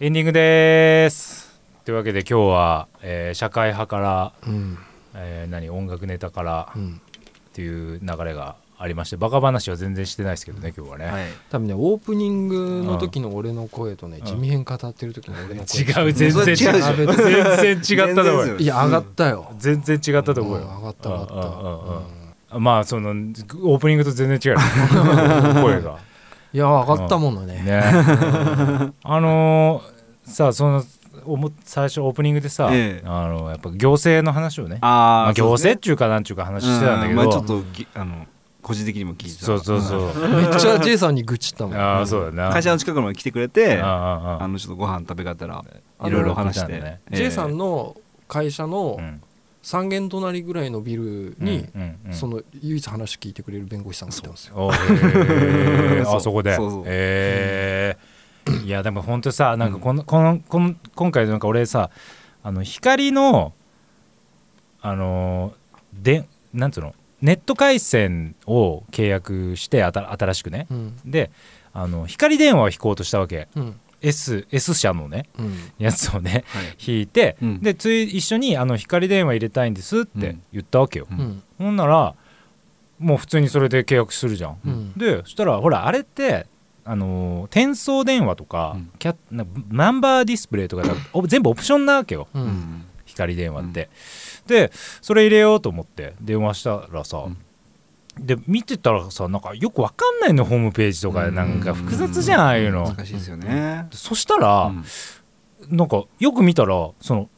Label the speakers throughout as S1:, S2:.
S1: エンディングですというわけで今日は、えー社会派から、
S2: うん
S1: えー何音楽ネタから
S2: うん
S1: っていう流れがありましてバカ話は全然してないですけどね今日はね、
S3: はい
S2: 多分ねオープニングの時の俺の声とね
S1: ん
S2: 地味編語ってる時の俺の声
S1: 違う全然違う
S3: それ違
S1: 全
S2: う
S1: 然違ったと思うよ
S2: いや上がったよ
S1: 全然違ったと
S2: うん
S1: 思う
S2: 上
S1: よ
S2: がった上がった
S1: うんうんうんうん
S2: うん
S1: まあそのオープニングと全 然違う声が
S2: いや上がったものね
S1: ねあのーさあそのおも最初オープニングでさ、
S3: ええ
S1: あのやっぱ行政の話をね
S3: あー
S1: まあ、行
S3: そうです
S1: 政っ
S3: ね
S1: ちゅうかなんちゅうか話してたんだけど、
S3: うまあ、ちょっとぎあの個人的にも聞いてた
S1: そうそうそう、
S2: めっちゃ J さんに愚痴ったもん
S1: ああそう
S2: う
S1: だな
S3: 会社
S1: の
S3: の近くまで来てくれてあ
S1: あ
S3: のちょっとご飯食べがてら
S2: あの
S3: いろいろ話して、
S1: 聞いたんだね
S3: ええ
S2: J さんの会社の
S1: うん
S2: 3軒隣ぐらいのビルにその唯一話聞いてくれる弁護士さんがいたんですよ
S1: おへー
S3: そう
S1: あそこで
S3: そうそう
S1: えーいやでも本当さなんかこの、このこの今回なんか俺さあの光のあのーでなんつうのネット回線を契約してあた新しくね
S2: うん
S1: であの光電話を引こうとしたわけ
S2: うん
S1: S, S 社のね
S2: うん
S1: やつをね
S3: はい
S1: 引いて、
S3: うん
S1: でつい一緒にあの光電話入れたいんですって言ったわけよ、
S3: うん
S2: うん
S1: ほんならもう普通にそれで契約するじゃん、
S2: うん
S1: でそしたらほらあれってあのー転送電話とか,、
S3: うん
S1: キャなナンバーディスプレイとかだお全部オプションなわけよ
S2: う
S3: うんん
S1: 光電話って、でそれ入れようと思って電話したらさ、で見てたらさなんかよくわかんないのホームページとかなんか複雑じゃん、ああいうの、
S3: 難しいですよね、
S1: そしたら、
S3: うん
S1: なんかよく見たらその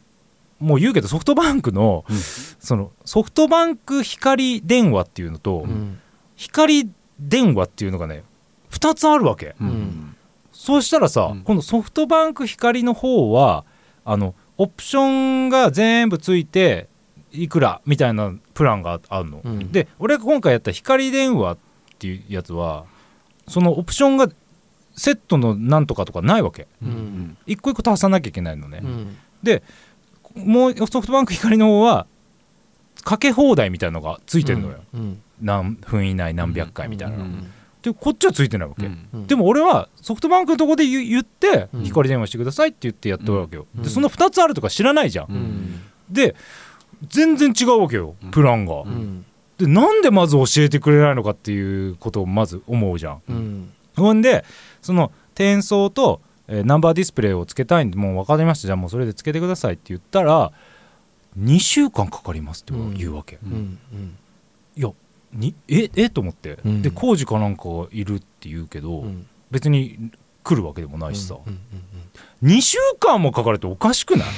S1: もう言うけどソフトバンクの、
S3: うん
S1: そのソフトバンク光電話っていうのと、
S2: うん
S1: 光電話っていうのがね2つあるわけ、
S3: うん
S2: うん
S1: そうしたらさ、
S3: うん
S1: このソフトバンク光の方はあのオプションが全部ついていくらみたいなプランがああるの、
S2: うん
S1: で俺が今回やった光電話っていうやつはそのオプションがセットのなんとかとかないわけ
S2: うん
S3: うん
S1: 一個一個足さなきゃいけないのね、
S2: うん
S1: もうソフトバンク光の方はかけ放題みたいなのがついてるのよ、
S2: うん
S1: 何分以内何百回みたいなの、
S2: うん
S1: でこっちはついてないわけ、
S3: うん
S2: うん
S1: でも俺はソフトバンクのとこで言言って
S2: うん
S1: 光電話してくださいって言ってやったわけよ、
S2: うん
S1: でその2つあるとか知らないじゃん、
S3: う
S2: うん
S1: で全然違うわけよ
S3: うん
S1: プランが、
S2: うん
S1: でなんでまず教えてくれないのかっていうことをまず思うじゃん
S2: うん
S1: ほんでその転送と、えーナンバーディスプレイをつけたいんでもう分かりましたじゃあもうそれでつけてくださいって言ったら2週間かかりますって言うわけ、
S2: うんうん
S1: いやにええと思って、
S2: うん
S1: で工事かなんかいるって言うけど、
S2: うん
S1: 別に来るわけでもないしさ、
S2: うんうんうん
S1: 2週間もかかるっておかしくない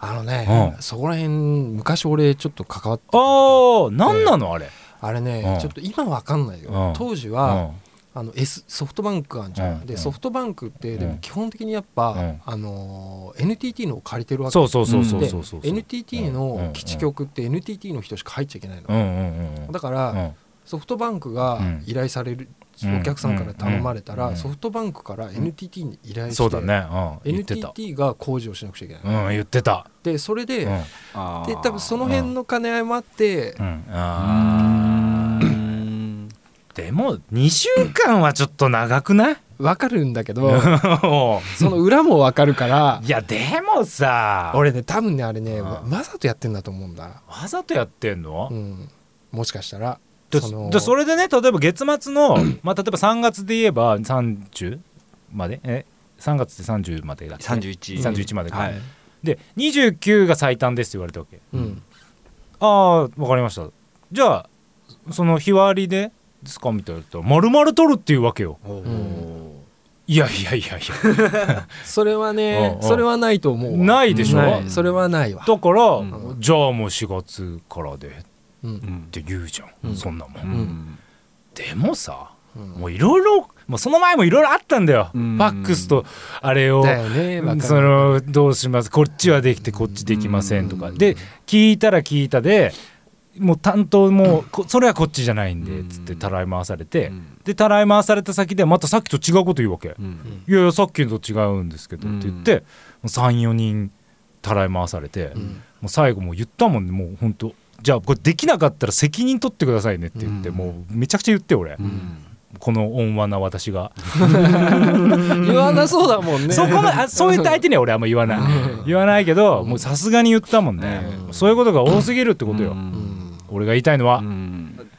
S2: あのね
S1: う
S2: そこら辺昔俺ちょっと関わって
S1: あー何なのあれ、
S2: あれ
S1: う
S2: ね
S1: ん
S2: ちょっと今わかんない
S1: うん
S2: よ当時
S1: うん
S2: はあの S ソフトバンクあんじゃ
S1: うんん
S2: でソフトバンクってで
S1: う
S2: も
S1: ん
S2: 基本的にやっ
S1: うん
S2: ぱあのー NTT のを借りてるわけ
S1: そうそうそうそうそうそう
S2: で NTT の基地局って NTT の人しか入っちゃいけない
S1: うん
S2: の
S1: うんうんうん
S2: だか
S1: う
S2: ら
S1: ん
S2: ソフトバンクが
S1: うん
S2: 依頼される
S1: うん
S2: お客さんから頼まれた
S1: うん
S2: らソフトバンクから NTT に依頼
S1: そ
S2: し
S1: うだ
S2: て
S1: ね、うん、言ってた
S2: NTT が工事をしなくちゃいけないの
S1: うん言ってた、
S2: でそれ
S1: うん
S2: で
S3: あー
S2: で多分その辺の兼ね合いもあって
S1: うん、
S3: う
S1: あー
S3: ん
S1: でも2週間はちょっと長くない
S2: 分かるんだけど
S1: おう
S2: その裏も分かる から
S1: いやでもさ
S2: 俺ね多分ねあれね
S1: うん
S2: わわざとやってんだと思うんだ、
S1: わざとやってんの、
S2: うん、もしかしたら
S1: で
S2: その
S1: でそれでね例えば月末の、 まあ、例えば3月で言えば30までえ3月で30までだっけ
S3: 31
S1: 31までか、
S3: はい
S1: で29が最短ですって言われたわけ
S2: うん
S1: ああわかりましたじゃあその日割りでですかみたいなと丸々取るっていうわけよ
S3: おー
S2: うん
S1: いやいやいやいや
S2: それはね
S1: うんうん
S2: それはないと思うわ
S1: ないでしょ
S2: なそれはない わ
S1: だから、
S3: ん
S1: じゃあもう4月からでっ
S2: うん
S3: うん
S1: て言うじゃん、
S2: うん
S1: そんなもん、
S3: うん
S1: でもさ
S2: うん
S1: もういろいろもうその前もいろいろあったんだよ、
S3: うん
S1: ファックスとあれを
S2: だよねわか
S1: そ
S2: る
S1: のどうしますこっちはできてこっちできませんとか
S2: うん
S1: で聞いたら聞いたでもう担当もうこそれはこっちじゃないんで
S3: うん
S1: つってたらい回されて
S3: うん
S1: でたらい回された先でまたさっきと違うこと言うわけ
S3: うん
S1: いやいやさっきのと違うんですけどって言って34人たらい回されて
S2: う
S1: も
S2: ん
S1: う最後もう言ったもんねもう本当じゃあこれできなかったら責任取ってくださいねって言って
S3: うん
S1: もうめちゃくちゃ言って俺
S3: うん
S1: この温和な私が
S2: 言わなそうだもんね
S1: そこまであそういった相手には俺あんま言わない言わないけどもうさすがに言ったもんね
S2: うん
S1: そういうことが多すぎるってことよ
S2: うん
S1: 俺が言いたいのは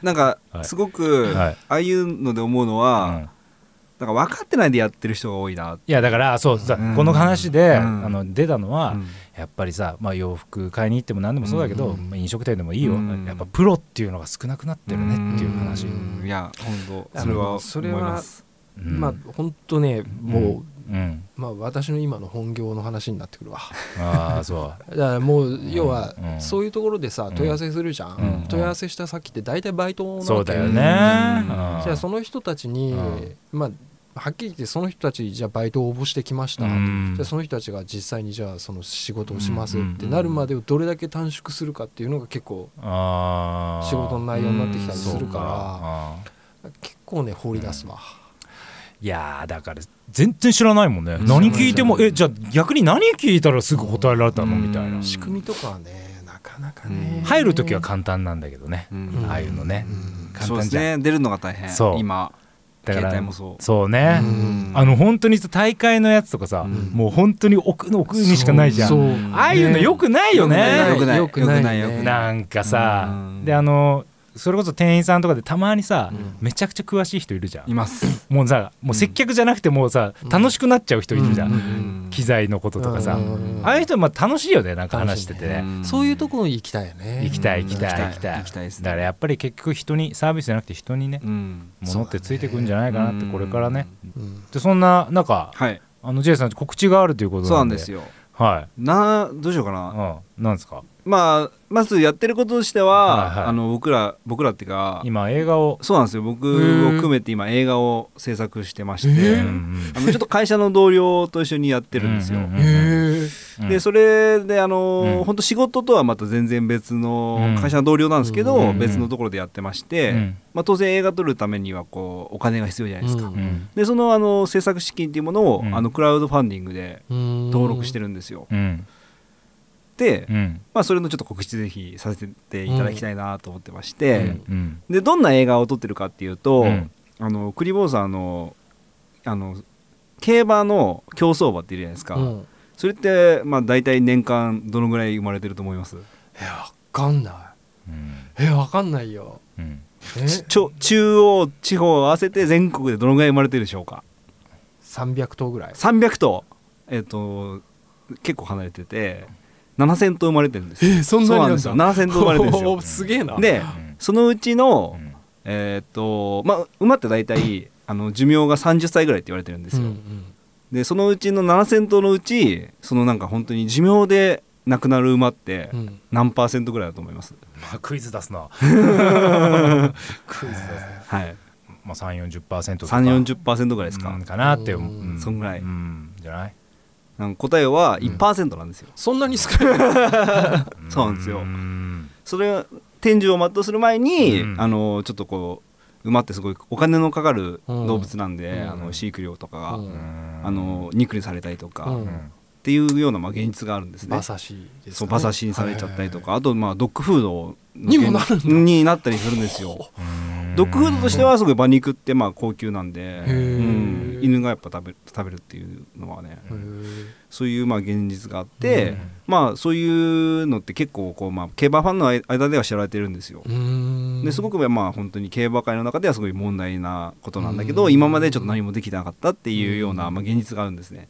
S3: なんか
S1: はい
S3: すごく
S1: はい
S3: ああいうので思うの
S1: う
S3: は
S1: ん
S3: なんか分かってないでやってる人が多いな。
S1: いやだからそうさ
S3: うん
S1: この話で
S3: うん
S1: あの出たのは
S3: うん
S1: やっぱりさまあ洋服買いに行っても何でもそうだけど
S2: うん
S1: まあ飲食店でもいいよ
S3: うん
S1: やっぱプロっていうのが少なくなってるねっていう話
S2: うん
S3: いや本当
S2: あ
S3: それ
S2: の
S3: は
S2: そ
S3: 思
S2: れ
S3: い
S2: は
S3: ます。
S1: うん
S2: まあ本当ねも
S1: うん
S2: うまあ私の今の本業の話になってくるわ
S1: ああそう
S2: だからもう要は
S1: うん
S2: そういうところでさ
S1: ん
S2: 問い合わせするじゃ
S1: うん
S2: ん問い合わせした先って大体バイトなわけ
S1: そうだよね
S3: うん
S2: じゃあその人たちに
S1: うん
S2: まあはっきり言ってその人たちじゃあバイトを応募してきました、
S1: うん
S2: じゃあその人たちが実際にじゃあその仕事をしますってなるまでをどれだけ短縮するかっていうのが結構
S1: ああ
S2: 仕事の内容になってきたり
S3: 容
S2: する
S1: そう
S2: か
S1: あー
S2: ら結構ね放り出すわ、
S1: いやーだから全然知らないもんね、
S3: ん
S1: 何聞いても
S3: 知らない
S1: えじゃあ逆に何聞いたらすぐ答えられたの
S3: うん
S1: みたいな
S3: うん
S2: 仕組みとかはねなかなかね、
S3: うん
S1: 入る時は簡単なんだけどね、
S3: うん
S2: ん
S1: ああいうのね
S2: うん
S1: 簡
S3: そうで
S1: 単
S3: す
S1: じゃん、
S3: ね出るのが大変
S1: そう
S3: 今
S1: だから
S3: 携帯もそう
S1: そうね、
S2: うん
S1: あの本当にさ大会のやつとかさ、
S3: うん
S1: もう本当に奥の奥にしかないじゃ
S2: そ
S1: ん
S2: う
S1: ああいうのよくないよね
S3: よくない
S2: よくないね
S3: よくないよく
S1: なんかさ、
S3: うん
S1: であのそれこそ店員さんとかでたまにさ、
S2: うん
S1: めちゃくちゃ詳しい人いるじゃん
S3: います。
S1: もうさもう接客じゃなくてもうさ、
S2: うん
S1: 楽しくなっちゃう人いるじゃん、
S2: うん
S3: うん
S1: 機材のこととかさ、
S2: うんうんうん
S1: ああいう人まあ楽しいよねなんか話しててね
S3: うん
S2: そういうところに行きたいよね
S1: 行きたい
S2: うん
S1: 行きたい
S3: 行
S1: 行き
S3: きた
S1: たい
S3: い行きたいですね
S1: だからやっぱり結局人にサービスじゃなくて人にね
S3: うん
S1: 物ってついてくんじゃないかなってこれからね
S2: うん
S1: でそんな中
S3: はい
S1: あの J さん告知があるということ
S3: そう
S1: な
S3: なんん
S1: で
S3: ですよ。
S1: は
S3: などうしようか
S1: い、
S3: な。
S1: うん、なんですか
S3: まあまずやってることとして
S1: はいはい
S3: はあの僕ら僕らっていうか
S1: 今映画を
S3: そうなんですよ僕を含めて今映画を制作してまし
S2: え
S3: て、
S2: ー
S1: うんうん
S3: あのちょっと会社の同僚と一緒にやってるんですよ。
S1: うんうんうん
S2: へえ
S1: うん
S3: でそれであのー
S1: うん
S3: 本当仕事とはまた全然別の
S1: うん
S3: 会社の同僚なんですけど、
S2: うんうん
S1: うん
S3: 別のところでやってまして、
S1: うん
S3: まあ、当然映画撮るためにはこうお金が必要じゃないですか、
S1: う
S2: うん
S3: でそのあの制作資金っていうものを、
S1: うん
S3: あのクラウドファンディングで登録して
S2: る
S3: るんですよ、
S1: うん
S3: で
S1: う、ん
S3: まあ、それのちょっと告知ぜひさせていただきたいなと思ってまして、
S1: うん
S3: でどんな映画を撮ってるかっていうと、
S1: うん
S3: あのクリボーさんあのあの競馬の競走馬っているじゃないですか、
S2: うん
S3: それってまあ大体年間どのぐらい生まれてると思います
S2: えわかんな
S1: うん
S2: いえわかんないよ
S1: うん
S2: え
S3: ちちょ中央地方を合わせて全国でどのぐらい生まれてるでしょうか
S2: 300頭ぐらい
S3: 300頭えっ、と結構離れてて7000頭生まれてるんですよ
S2: そ
S3: そうなんですよ7000頭生まれてるんです よ
S2: すげえな
S3: で
S1: うん
S3: そのうちの
S1: うん
S3: えっ、とまあ馬って大体あの寿命が30歳ぐらいって言われてるんですよ、
S2: うん
S3: でそのうちの7000頭のうちそのなんか本当に寿命で亡くなる馬って
S2: うんうん
S3: 何パーセントぐらいだと思います、
S1: まあクイズ出すなクイズ出すな
S3: はい
S1: まあ340%とか
S3: 340%ぐらいですか、
S1: うんかなって
S2: うん
S1: う
S3: そんぐらい
S1: うんじゃない
S3: なんか答えは
S1: うん
S3: 1%なんですよ、
S2: そんなに少ない
S3: そうなんですよ
S1: うん
S3: それは天寿を全うする前に、
S1: うん
S3: あのちょっとこう馬ってすごいお金のかかる動物なんで、
S2: うん
S3: あの飼育料とかが、
S2: うん
S1: あ
S3: あの肉にされたりとか、
S2: う
S3: っ
S2: ん
S3: ていうような、まあ、現実があるんですね
S2: 馬刺しです
S3: そう
S2: かね
S3: 馬刺しにされちゃったりとか、あと、まあ、ドッグフードの
S2: にもなるんだ
S3: になったりするんですよドッグフードとしてはすごい馬肉ってまあ高級なんで、
S2: へ
S3: う
S2: ー
S3: ん、犬がやっぱ食べ食べるっていうのはね、
S2: へえ
S3: そういうまあ現実があって、
S1: うん
S3: まあそういうのって結構こうまあ競馬ファンの間では知られてるんですよ。
S2: うん
S3: ですごくまあ本当に競馬界の中ではすごい問題なことなんだけ
S2: う
S3: ど
S2: ん
S3: 今までちょっと何もできてなかったっていうようなまあ現実があるんですね。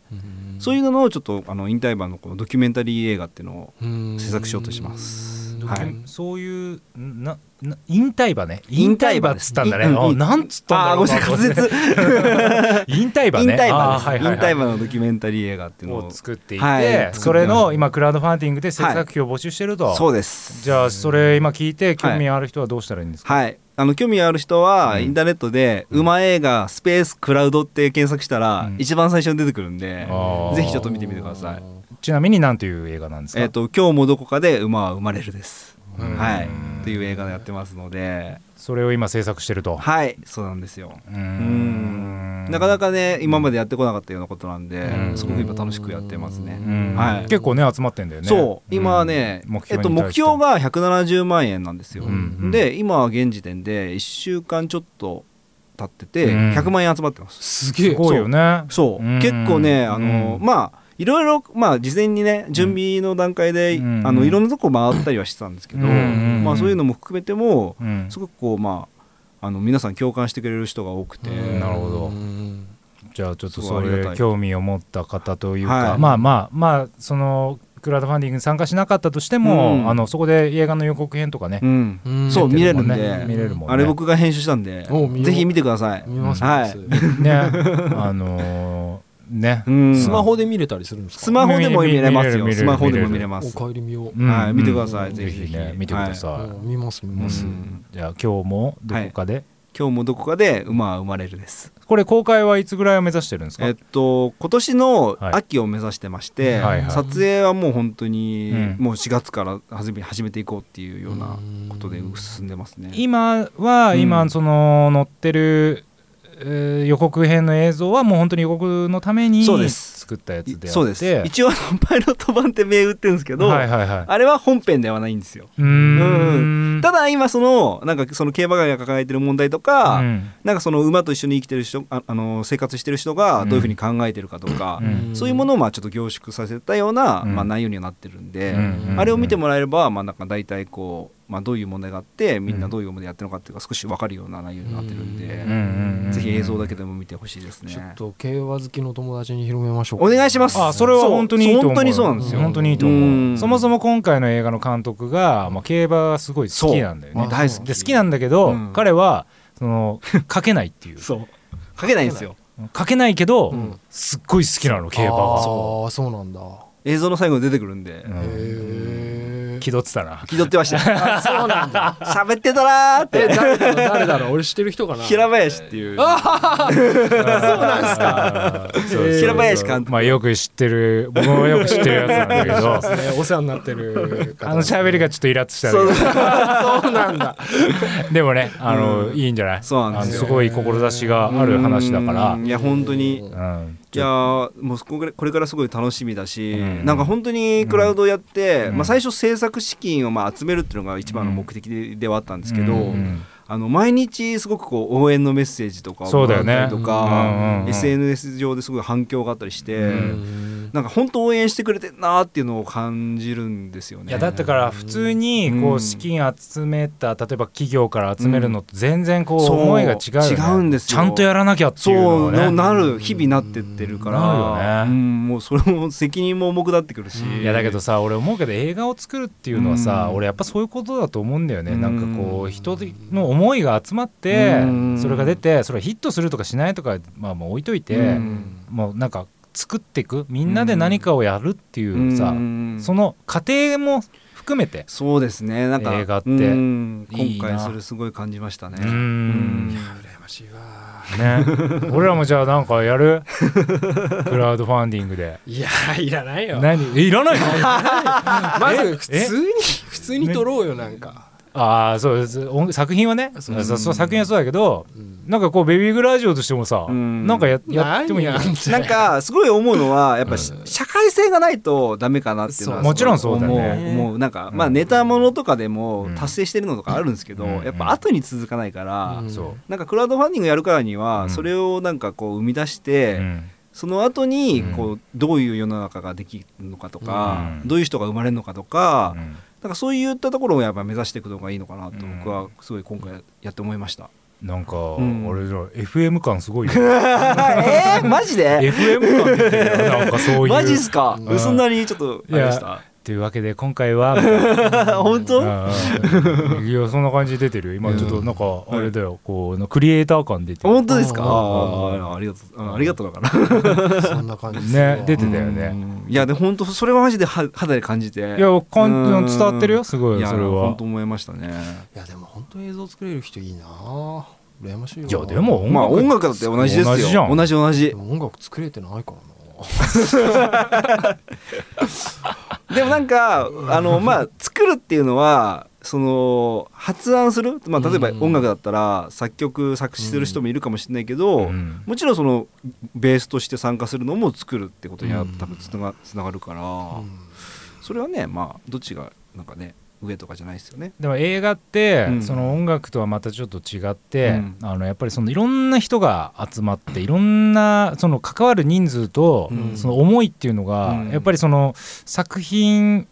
S3: そういうのをちょっとあの引退馬のこのドキュメンタリー映画っていうのを
S2: うん
S3: 制作しようとしてます
S2: うん
S3: はい
S1: でもそういうなな引退馬ね
S3: 引
S1: 引
S3: 退
S1: 退
S3: 馬
S1: 馬
S3: で
S1: っ
S3: す
S1: つったんだね
S3: いうん
S1: あなんつったんだろう
S3: あーごめんなさい
S1: 滑舌引退馬
S3: 引
S1: ね
S3: 退馬
S1: あ
S3: で
S1: ー
S3: す、
S1: はいはい
S3: 引退
S1: はい
S3: 馬のドキュメンタリー映画っていうのを
S1: を作っていて、
S3: はい作ってます
S1: それの今クラウドファンディングで制作費を募集してると、
S3: そうです。
S1: じゃあそれ今聞いて興味ある人はどうしたらいいんですか、
S3: はいあの興味ある人は
S1: うん
S3: インターネットで「馬映画スペースクラウド」って検索したら
S1: うん
S3: 一番最初に出てくるんで、
S1: あー
S3: ぜひちょっと見てみてください。
S1: ちなみに何という映画なんですか、
S3: えっ、と今日もどこかで馬は生まれるです。
S2: うん
S3: はいという映画をやってますので、
S1: それを今制作してると、
S3: はいそうなんですよ。
S1: うー
S3: うんんなかなかね今までやってこなかったようなことなんで
S1: うん
S3: すごく今楽しくやってますね。
S1: うん
S3: はい
S1: 結構ね集まってんだよね
S3: そう今はね、
S1: うん
S3: えっと、
S1: に
S3: 目
S1: 対して
S3: 標が170万円なんですよ、
S1: うんうん
S3: で今は現時点で1週間ちょっと経ってて
S1: うん
S3: 100万円集まってま
S2: す
S3: す、
S2: げえ
S1: すごいよね
S3: そう、
S1: うん
S3: 結構ねあの、
S1: うん
S3: まあいろいろまあ事前にね準備の段階で、
S1: うん
S3: あのいろんなとこ回ったりはしてたんですけど、
S1: うん
S3: まあそういうのも含めても
S1: うん
S3: すごくこうまああの皆さん共感してくれる人が多くて、
S1: うんなるほど
S2: うん
S1: じゃあちょっと
S3: すご
S1: そ
S3: いありがた
S1: れ
S3: い
S1: 興味を持った方というか、
S3: はい
S1: まあまあまあそのクラウドファンディングに参加しなかったとしても、
S3: うん
S1: あのそこで映画の予告編とかね、
S3: うん
S2: うん
S3: そう見れるんで、
S1: ね見れるもんね
S3: あれ僕が編集したんで
S2: お見よう
S3: ぜひ見てください、
S2: 見ます、
S3: はい
S2: 見ます
S1: ねあのーね、
S3: うん
S2: スマホで見れたりするんですか
S3: スマホでも見れま
S1: 見
S3: す
S1: れる見れ
S3: よ
S1: る
S3: スマホでも見れます
S2: お帰り見よう、
S1: うん
S3: はい見てください
S1: うん
S3: ぜひぜひ
S1: ね見てください、
S2: うん見ます見
S1: うん
S2: ます、
S1: じゃあ今日もどこかで、
S3: 今日もどこかで馬は生まれるです
S1: これ公開はいつぐらいを目指してるんですか、
S3: えっと今年の
S1: はい
S3: 秋を目指してまして、
S1: はいはい
S3: 撮影はもう本当に、
S1: うん
S3: もう4月から始め始めていこうっていうようなことで
S2: うん
S3: 進んでますね。
S1: 今は
S3: うん
S1: 今その載ってる、えー予告編の映像はもう本当に予告のために
S3: そうです
S1: 作ったやつであって
S3: そうです一応あのパイロット版って銘打ってるんですけど、
S1: はいはいは
S3: あれは本編ではないんですよ。
S1: いうんん
S3: ただ今そのなんかその競馬会が抱えてる問題とか、
S1: うん
S3: なんかその馬と一緒に生きてる人ああの生活してる人がどういうふうに考えてるかとか、
S1: うん
S3: そういうものをまあちょっと凝縮させたような、
S1: うん
S3: まあ、内容にはなってるんで、
S1: うん
S3: あれを見てもらえれば、まあ、なんか大体こう、まあ、どういう問題があってみんなどういう思いでやってるのかっていうのが少し分かるような内容になってるんで、
S1: うんうんうん
S3: ぜひ映像だけでも見てほしいですね。
S2: ちょっと競馬好きの友達に広めましょう
S3: お願いします
S1: あそれは本当にいいと思う
S3: そう本当にそうなんですよ
S1: 本当にいいと思う
S3: うん
S1: そもそも今回の映画の監督が、まあ、競馬がすごい好きなんだよ
S3: も
S1: ね
S3: う大好き
S1: で好きなんだけど、
S3: うん
S1: 彼はそ の書けないっていう
S3: そうかけないんですよ
S1: 書けないけど、
S3: うん
S1: すっごい好きなの競馬が
S2: ああそうなんだ
S3: 映像の最後に出てくるんで、
S1: うん
S2: へえ
S1: 気取ってたな
S3: 気取ってました
S2: そうなんだ
S3: 喋ってたなーっ
S2: え
S3: て
S2: 誰だろう誰だろう俺知ってる人かな
S3: 平林ってい う
S1: そうなんですか
S3: 平林監督
S1: まあよく知ってる僕もよく知ってるやつなんだけど
S2: ねお世話になってる方
S1: あの喋りがちょっとイラッとしたんだけど
S2: そうなんだ
S1: でもねあの、
S3: うん
S1: いいんじゃない
S3: そうなんですよ
S1: あのごい志がある話だから、
S3: うんいや本当に
S1: うん
S3: いやーもうそこからこれからすごい楽しみだし、
S1: うん
S3: なんか本当にクラウドをやって、
S1: うん
S3: まあ、最初制作資金をまあ集めるっていうのが一番の目的ではあったんですけど、
S1: うん
S3: あの毎日すごくこう応援のメッセージとかを
S1: そうだよ
S3: も
S1: ね
S3: らったりと
S1: うんうん
S3: か、
S1: うん
S3: SNS 上ですごい反響があったりして、
S2: うん
S3: なんか本当応援してくれてんなーっていうのを感じるんですよね。
S1: いやだってから普通にこ
S3: う
S1: うん資金集めた例えば企業から集めるのと全然こう
S3: そう
S1: 思いが違う,、ね、
S3: 違うんですよ
S1: ちゃんとやらなきゃっていうの
S3: そう
S1: をね
S3: ななる日々なってってるから
S1: なるよね
S3: うん、もうそれも責任も重くなってくるし
S1: いやだけどさ俺思うけど映画を作るっていうのはさ、
S3: うん
S1: 俺やっぱそういうことだと思うんだよね、
S3: うん
S1: なんかこう人の思いが集まって、
S3: うん
S1: それが出てそれはヒットするとかしないとかまあもう置いといて、
S3: うん
S1: もうなんか作っていくみんなで何かをやるっていううさ、
S3: ん
S1: その過程も含めて、
S3: そうですねなんか
S1: 映画って
S3: うん
S1: いい
S3: 今
S1: な
S3: 回それすごい感じましたね
S1: うん
S3: うん
S2: 羨ましいわ
S1: ね俺らもじゃあなんかや るクラウドファンディングで。
S2: いやいらないよ
S1: 何えいらないの
S2: まず普
S1: え
S2: 通に普通に撮ろうよなんか
S1: ああそうです音作品はね
S2: そう
S1: そうそう作品はそうだけど
S2: うん
S1: なんかこうベビーグラジオとしてもさ、
S3: うん
S1: なんかややってもいいよ
S2: 何やん
S3: なんかすごい思うのはやっぱし社会性がないとダメかなっていうのは
S2: そうも
S1: ちろんそうだね
S3: 思う思うなんかま
S1: う
S3: あ
S1: ん
S3: ネタものとかでも
S1: うん
S3: 達成してるのとかあるんですけど
S1: うん
S3: やっぱ後に続かないから
S2: うん
S1: そ
S3: なんかクラウドファンディングやるからに
S1: う
S3: は
S1: ん
S3: それをなんかこう生み出し
S1: う、う
S3: て
S1: ん
S3: その後に
S1: う
S3: こうどういう世の中ができるのかとか
S1: うん
S3: どういう人が生まれるのかと
S1: う
S3: か
S1: ん
S3: なんかそういったところをやっぱ目指していくのがいいのかなと
S1: うん
S3: 僕はすごい今回やって思いました。
S1: なんか、
S3: ん
S1: 俺ら FM 感すごいよ
S3: えー、マジで
S1: FM 感出てるよなんか そういう
S3: マジっすか
S1: うん
S3: そんなにちょっとあれでした
S1: というわけで今回はみたいな
S3: 本当
S1: うんうんいやそんな感じ出てるよ今ちょっとなんかあれだよ、こうクリエイター感出てる
S3: 本当ですか
S2: うん
S3: あーありがとうあありがとうだから
S2: そんな感じです
S1: ね出て
S2: る
S1: たよね、
S3: うんいやで本当それはマジでは肌で感じて
S1: いやか
S3: うんん
S1: 伝わってるよすごい
S3: いや
S1: それは
S3: 本当思いましたね
S2: いやでも本当映像作れる人いいな羨ましいよ
S1: いやでも
S3: まあ音楽だって同じですよ
S1: 同じじゃん
S3: 同じ同じ
S2: でも音楽作れてないからな
S3: でもなんかあのまあ作るっていうのはその発案するまあ例えば
S2: うん
S3: 音楽だったら作曲作詞する人もいるかもしれないけ
S1: う
S3: ど
S1: ん
S3: もちろんそのベースとして参加するのも作るってことには多分つながつながるから、
S2: うん
S3: それはねまあどっちがなんかね上とかじゃないですよね。
S1: でも映画って、
S3: うん
S1: その音楽とはまたちょっと違って、
S3: うん
S1: あのやっぱりそのいろんな人が集まっていろんなその関わる人数と、
S2: うん
S1: その思いっていうのが、
S3: うん
S1: やっぱりその作品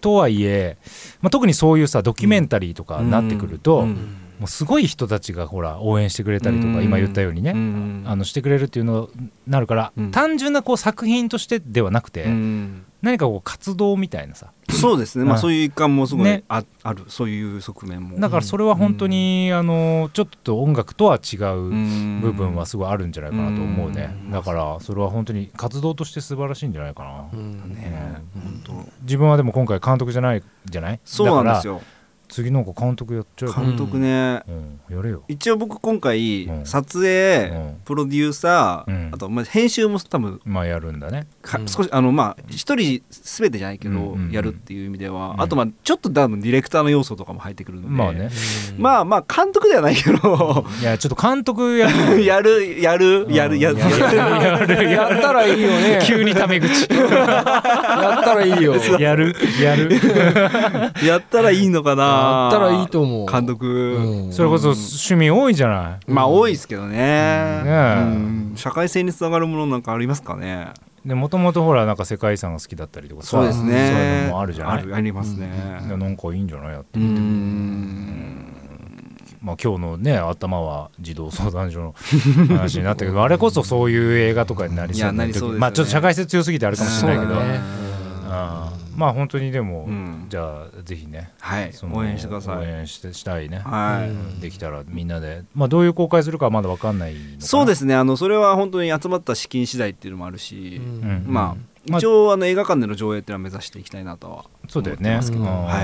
S1: とはいえ、まあ、特にそういうさドキュメンタリーとかになってくると、
S3: うん
S1: もうすごい人たちがほら応援してくれたりとか、
S3: うん
S1: 今言ったようにね、
S3: うん
S1: あのしてくれるっていうのになるから、
S3: うん
S1: 単純なこう作品としてではなくて、
S3: うん
S1: 何かこう活動みたいなさ
S3: そうですね、ま
S1: う
S3: あ、
S1: ん
S3: そういう一環もすごい
S1: ね
S3: あ,、あるそういう側面も
S1: だからそれは本当に、あのちょっと音楽とは違う部
S3: 部
S1: 分はすごいあるんじゃないかなと思うね、
S3: うん
S1: だからそれは本当に活動として素晴らしいんじゃないかな、
S2: うん
S3: ね
S1: うん
S3: 本当
S1: 自分はでも今回監督じゃないじゃない
S3: そうなんです
S1: よ
S3: よ
S1: 次の子監督やっちゃうか
S2: か
S3: 監督ね、
S1: ら、うんやれよ
S3: 一応僕今回、
S1: うん
S3: 撮影、
S1: うん
S3: プロデューサー、
S1: うん
S3: あとまあ編集も多分
S1: まあやるんだね
S3: か
S2: うん
S3: 少しあのまあ一人全てじゃないけ
S1: う
S3: ど、
S1: んうんうん
S3: やるっていう意味では、
S1: うん
S3: あとまあちょっと多分ディレクターの要素とかも入ってくるので
S1: まあね
S3: まあまあ監督ではないけど
S1: いやちょっと監督やる
S3: やるやるやるやる
S1: やるやるや
S2: やったらいいよね
S1: る 急にタメ口
S2: やったらいいよやっ
S1: やるやる
S3: やったらいいのかな
S2: たらいいと思う
S3: 監督、
S2: うん
S1: それこそ趣味多いじゃない
S3: まあ多いですけどね,、
S1: うんねえ
S3: うん社会性につながるものなんかありますかね
S1: でもともとほらなんか世界遺産が好きだったりとかさ
S3: そうですね
S1: そういうのもあるじゃない
S3: ありますね、
S1: いやなんかいいんじゃないやって、
S3: うん
S1: まあ、今日のね頭は児童相談所の話にな ったけどあれこそそういう映画とかになりそう
S3: いやなりそうですよね
S1: まあちょっと社会性強すぎてあるかもしれないけど、
S2: そうだね
S1: あーまあ本当にでも、
S3: うん
S1: じゃあぜひね
S3: はい
S1: その
S3: 応援してくださ
S1: 応
S3: い
S1: 援してしたいね、
S3: はい、
S2: うん
S1: できたらみんなで、まあ、どういう公開するかはまだわかんないのかな
S3: そうですねあのそれは本当に集まった資金次第っていうのもあるし、
S1: んま
S3: まあ
S1: あ
S3: 一応あの映画館での上映っていうのは目指していきたいなとは
S1: そうだよね、
S2: 思ってますけど
S1: あー
S2: は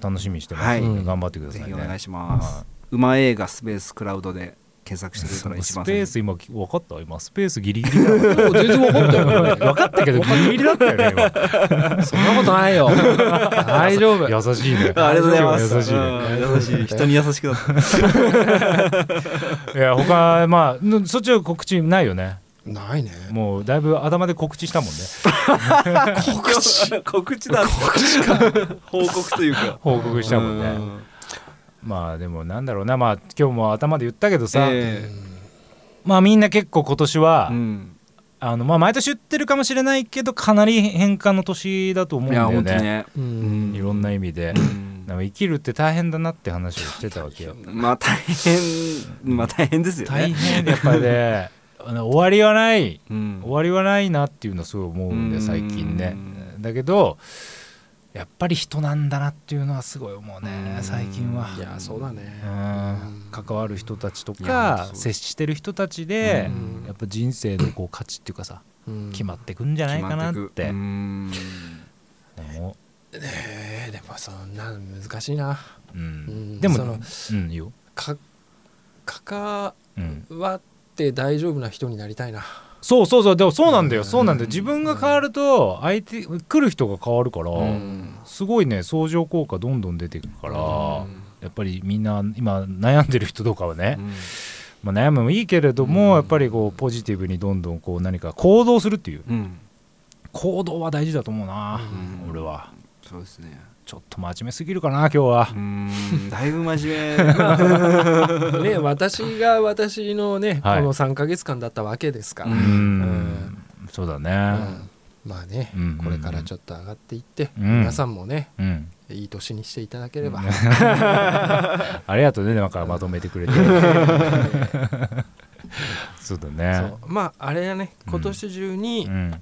S2: い
S1: 楽しみにしてます、
S3: はい
S1: 頑張ってくださ
S3: ぜ
S1: いね
S3: ひお願いし
S1: は
S3: ます、馬映画スペースクラウドで検索してくれたら一
S1: ス
S3: 番
S1: ペー
S3: ス
S1: ス今分かった今スペースギリギリだわ
S2: 全然分かったよ
S1: 分かったけどギリギリだったよね今
S2: そんなことないよ大丈夫
S1: 優しいね。
S3: ありがとうございます。
S1: 優しいね。
S3: うん優しい。人に優しく なった。
S1: いや他まあんそっちは告知ないよね。
S2: ないね
S1: もうだいぶ頭で告知したもんね。
S3: 告 知告知だ。告知か。報告というか。
S1: 報告したもん
S3: う
S1: ね。まあでもなんだろうなまあ今日も頭で言ったけどさ、
S3: え
S1: まあみんな結構今年は、
S3: えうん。
S1: あのまあ毎年言ってるかもしれないけどかなり変化の年だと思うん
S3: い
S1: だ
S3: や
S1: よ
S3: 本当に
S1: ね。
S3: ね。
S2: うん
S1: いろんな意味で。
S3: うん
S1: でも生きるって大変だなって話をしてたわけよ。
S3: まあ大変まあ大変ですよ
S1: 大
S3: ね。
S1: 変やっぱねあの終わりはない
S3: うん
S1: 終わりはないなっていうのはすごい思うん
S3: う
S1: で
S3: ん
S1: 最近ねだけどやっぱり人なんだなっていうのはすごい思うね
S3: うん
S1: 最近はい
S2: やそうだね
S1: うん関わる人たちと
S3: いや本
S1: か
S3: 当そう
S1: 接してる人たちで
S2: うん
S1: やっぱ人生のこう価値っていうかさ決まってくんじゃないかなっ
S3: 決まくう
S1: て
S3: ん
S1: 思
S2: えーでもそんな難しいな
S1: ううん
S2: うん
S1: で
S2: そ
S1: もう
S2: の
S1: んいいよ
S2: か関
S1: うん
S2: わって大丈夫な人になりたいな
S1: そうそうそうでもそうなんだよ
S2: うん
S1: そうなんだよ自分が変わると相手来る人が変わるから
S3: うん
S1: すごいね相乗効果どんどん出てくるからやっぱりみんな今悩んでる人とかはね、まあ、悩むもいいけれども、
S2: うん
S1: やっぱりこうポジティブにどんどんこう何か行動するっていう
S3: うん
S1: 行動は大事だと思うな、
S3: うん
S1: 俺は
S3: そうですね。
S1: ちょっと真面目すぎるかな今日は
S3: う、んだいぶ真面目。
S2: ね私が私のね、
S1: はい
S2: この3か月間だったわけですから、
S1: う
S3: ううんん
S1: そうだ
S2: う
S1: ね
S2: んまあね、
S1: うん
S2: これからちょっと上がっていって、
S1: うん
S2: 皆さんもね
S1: うん、
S2: いい年にしていただければ、
S1: ありがとうねなんかまとめてく れてそうだ
S2: そ
S1: ね
S2: うまああれはね今年中に、
S1: うん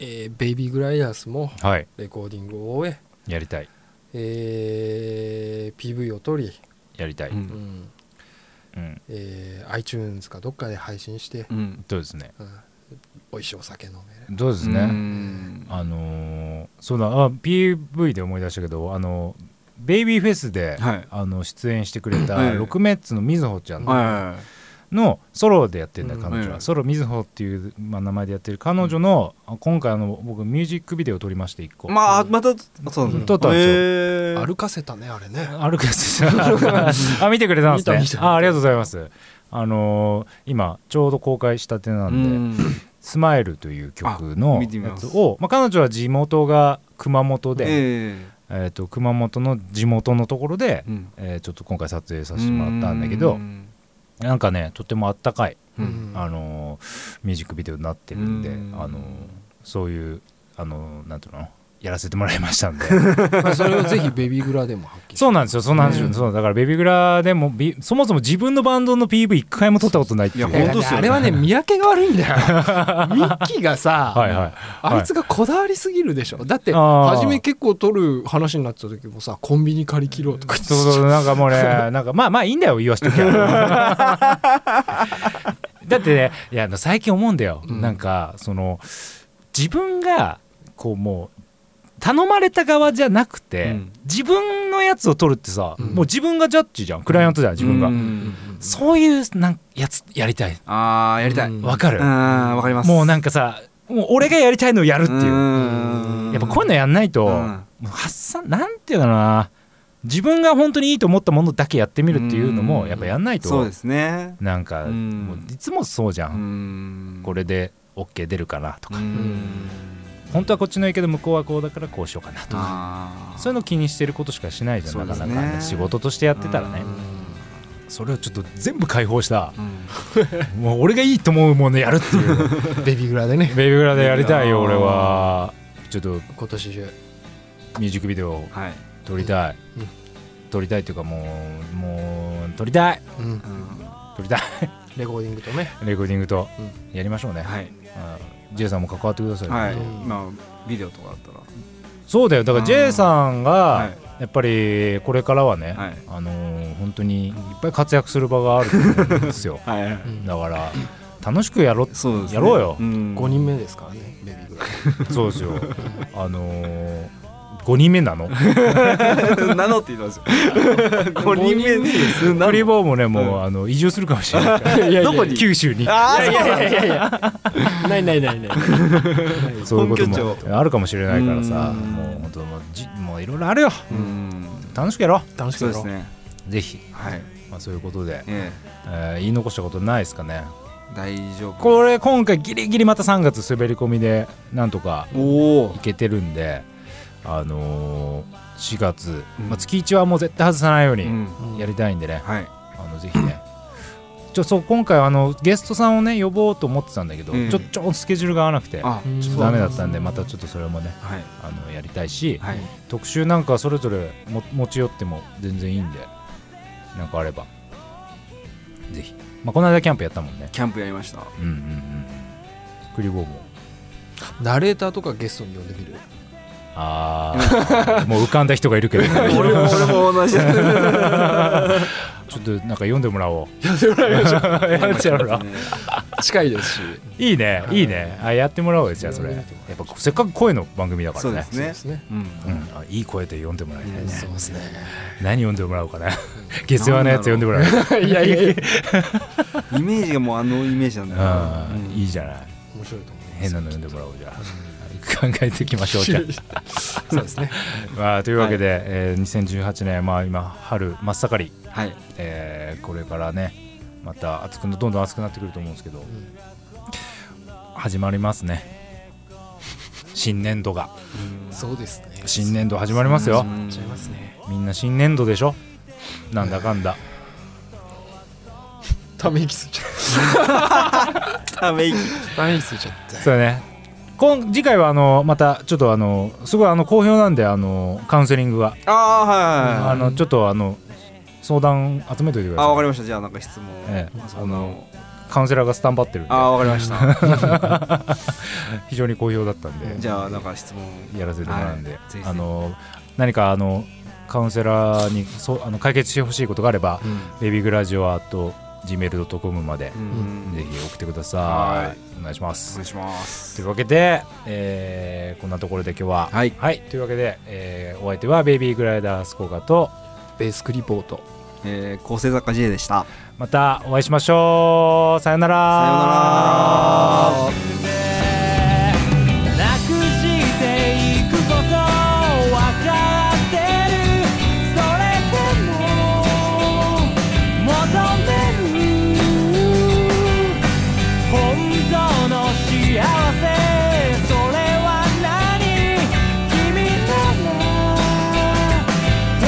S2: えーベイビーグライダース」も
S1: はい
S2: レコーディングを終え
S1: やりたい
S2: えー PV を撮り、
S1: やりたい、う
S3: うんん
S2: えー iTunes かどっかで配信して、
S3: うん
S1: そうですね
S2: うん美味しいお酒飲める
S1: そうですね、
S3: うん
S1: あのーそうだあ PV で思い出したけどあのベイビーフェスで、
S3: はい
S1: あの出演してくれ
S3: は
S1: た
S3: い
S1: ロクメッツのみずほちゃん
S3: は
S1: のソロでやってるんだよ
S2: うん
S1: 彼女は、
S3: うん
S1: ソロみずほっていう、まあ、名前でやってる彼女の、あ今回あの僕ミュージックビデオを撮りまして一個、
S3: い。まあまたそうなんですね
S1: 撮ったんですよ
S3: へー
S2: 歩かせたねあれね
S1: 歩くやつあ見てくれたんですね
S2: 見た見た
S1: あありがとうございますあのー今ちょうど公開したてなんで、スマイルという曲
S3: あ
S1: の
S3: 見てみ
S1: や
S3: ま
S1: つ
S3: す
S1: をまあ、彼女は地元が熊本で、
S3: ええ
S1: えー、と熊本の地元のところで、
S3: うん
S1: えーちょっと今回撮影させてもらったんだけどなんかねとてもあったかい、
S2: うん
S1: あのーミュージックビデオになってるんで
S3: うん
S1: あのーそういうあのーなんていうのやらせてもらいました んで
S2: まあそれをぜひベビーグラでも発揮して
S1: そうなんですよその話、
S2: うん
S1: そうだから「ベビグラ」でもビそもそも自分のバンドの PV 一回も撮ったことないっていう
S3: い
S2: い
S3: や
S2: や
S3: 本当っすよね
S2: あれはね見分けが悪いん だよミッキーがさ
S1: はいはい
S2: あいつがこだわりすぎるでしょだって
S1: あー
S2: 初め結構撮る話になった時もさコンビニ借り切ろうとか言って
S1: そうそうなんかも うねなんかまあまあいいんだよ言わしときゃだってねいやあの最近思うんだよ、
S2: うん
S1: なんかその自分がこうもう頼まれた側じゃなくて、
S3: うん
S1: 自分のやつを取るってさ、
S2: うん
S1: もう自分がジャッジじゃんクライアントじゃん自分が、
S3: うん
S1: そういうなんやつやりたい
S3: あーやりたい、
S2: う
S3: うんん、
S1: わかる、
S3: わかります
S1: もうなんんかさもう俺がやりたいのをやるっていう、
S3: ん
S1: やっぱこういうのやんないと、
S3: うん
S1: もう発散なんていうかな自分が本当にいいと思ったものだけやってみるっていうの
S3: う
S1: も
S3: ん
S1: やっぱやんないと
S3: そうですね
S1: なんか
S3: うん
S1: もういつもそうじゃ、
S3: うんん
S1: これで OK 出るかなとか、
S3: うん
S1: 本当はこっちのいいけど向こうはこうだからこうしようかなとか
S3: あー
S1: そういうの気にしてることしかしないじゃん、
S3: そう
S1: な
S3: で
S1: か
S3: す
S1: な
S3: ね
S1: かね仕事としてやってたらね
S3: うん
S1: それをちょっと全部解放した
S3: うん
S1: もう俺がいいと思うものやるっていう
S2: ベビーグラでね
S1: ベイビーグラでやりたいよ俺はちょっと
S2: 今年中
S1: ミュージックビデオ
S3: はい、
S1: 撮りたい、
S2: うん
S1: 撮りたいっていうかもうもう撮りたい
S2: うん
S3: うん
S1: 撮りたい
S2: レコーディングとね
S1: レコーディングと
S2: う
S1: やりましょうね、
S3: はい、
S1: うん J さんも関わってください、
S3: はい
S2: うん
S3: まあビデオとかだったら
S1: そうだよだから
S3: うん
S1: J さん
S3: は
S1: が
S3: い
S1: やっぱりこれからはね、
S3: はい
S1: あのー本当にいっぱい活躍する場があると思うんです よ
S3: はい、はい
S2: うん
S1: だから楽しくやろう
S3: そうですね
S1: やろうよ
S3: ん
S2: 5人目ですからねベビーグラ
S1: そう ですよあのー5人目なの
S3: なのって言いますよ。五人目です。
S1: クリボーもねもう、
S3: うん
S1: あの移住するかもしれ ないから
S3: どこに
S1: 九州に
S3: ああ、いやいやいや
S2: いやいや ないないないない
S1: そういうことも
S3: 本拠
S1: あるかもしれないからさ
S3: うん
S1: もう本当もうじもういろいろあるよ
S3: うん。
S1: 楽しくやろ
S2: 楽しく
S3: そう
S2: や
S3: で
S2: ろ
S3: す
S2: う
S3: ね。
S1: うぜひ、
S3: はい。
S1: まあ、そういうことで、
S3: え
S1: えー言い残したことないですかね
S3: え、大丈夫。
S1: これ今回ギリギリまた3月滑り込みでなんとか
S3: おお
S1: い。けてるんであのー、4月、
S3: うん
S1: まあ、月1はもう絶対外さないよう
S3: う
S1: に
S3: ん。
S1: やりたいんでね、
S3: はい。
S1: あのぜひねちょそう今回はあのゲストさんをね呼ぼうと思ってたんだけど、
S3: うん
S1: ちょちょスケジュールが合わなくて
S3: あ、
S2: うん
S3: ちょっと
S1: ダメだったんでまたちょっとそれもね
S3: はい。
S1: あのやりたいし、
S3: はい。
S1: 特集なんかそれぞれも持ち寄っても全然いいんでなんかあればぜひ、まあ、この間キャンプやったもんね
S3: キャンプやりました。
S1: うんうんうんクリボーも
S2: ナレーターとかゲストに呼んでみる
S1: ああもう浮かんだ人がいるけど
S3: 俺も俺も同じだ。
S1: ちょっとなんか読んでもらおうやってもら おう
S2: 近いですし
S1: いいねいいねあやってもらおうよじゃあそれやっぱせっかく声の番組だからね
S3: そうです
S2: そうで。
S3: ね
S2: すね
S3: うん。
S1: うん、あいい声で読んでもらいたいね、
S3: うん
S2: そうですね
S1: 何読んでもらおうかな 月曜のやつ読んでもらおう
S2: いやいやいや
S3: イメージがもうあのイメージなんだ
S1: あ
S3: よ
S1: ーいいじゃない
S2: 面白いと思います
S1: 変なの読んでもらおうじゃあ考えていきましょうじゃあ
S2: そうですね
S1: まあ、というわけで、えー2018年、まあ、今春真っ盛り、
S3: はい。
S1: えーこれからねまた暑くなどんどん暑くなってくると思うんですけど、始まりますね新年度が
S2: そうですね
S1: 新年度始まりますよ
S3: うん
S2: やっちゃいますね
S1: みんな新年度でしょなんだかんだ
S2: ため息ついちゃった
S3: め息。
S2: たため息ついちゃった
S1: そうだね今次回はあのまたちょっとあのすごいあの好評なんであのカウンセリングが、
S3: ああ、はいはい
S1: あ
S3: はい。
S1: のちょっとあの相談集めといてください
S3: あ、わかりました。じゃあなんか質問
S1: ええ。
S3: そんなの。
S1: カウンセラーがスタンバってるんで
S3: ああ、わかりま した。
S1: 非常に好評だったんで
S3: じゃあなんか質問。
S1: やらせてもらうんで、
S3: はいぜひぜひ
S1: あの何かあのカウンセラーにそうあの解決してほしいことがあれば、ベビーグラジオアート gmail.com まで
S3: う、ん。
S1: ぜ
S3: ぜひ
S1: ひ送ってくださ、
S3: はい
S1: お願いしま
S3: お
S1: す
S3: 願いしま
S1: とい
S3: す。
S1: うわけで、えーこんなところで今日は
S3: はい
S1: というわけで、えーお相手はベイビーグライダースコガと
S2: ベースクリポート
S3: えー、構成作家 J でした。
S1: またお会いしましょうさよなら
S3: さようなら。
S4: なくしていくこと分かってるそれでも求める本当の幸せそれは何君なら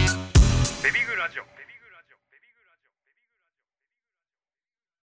S5: ビグラジオビ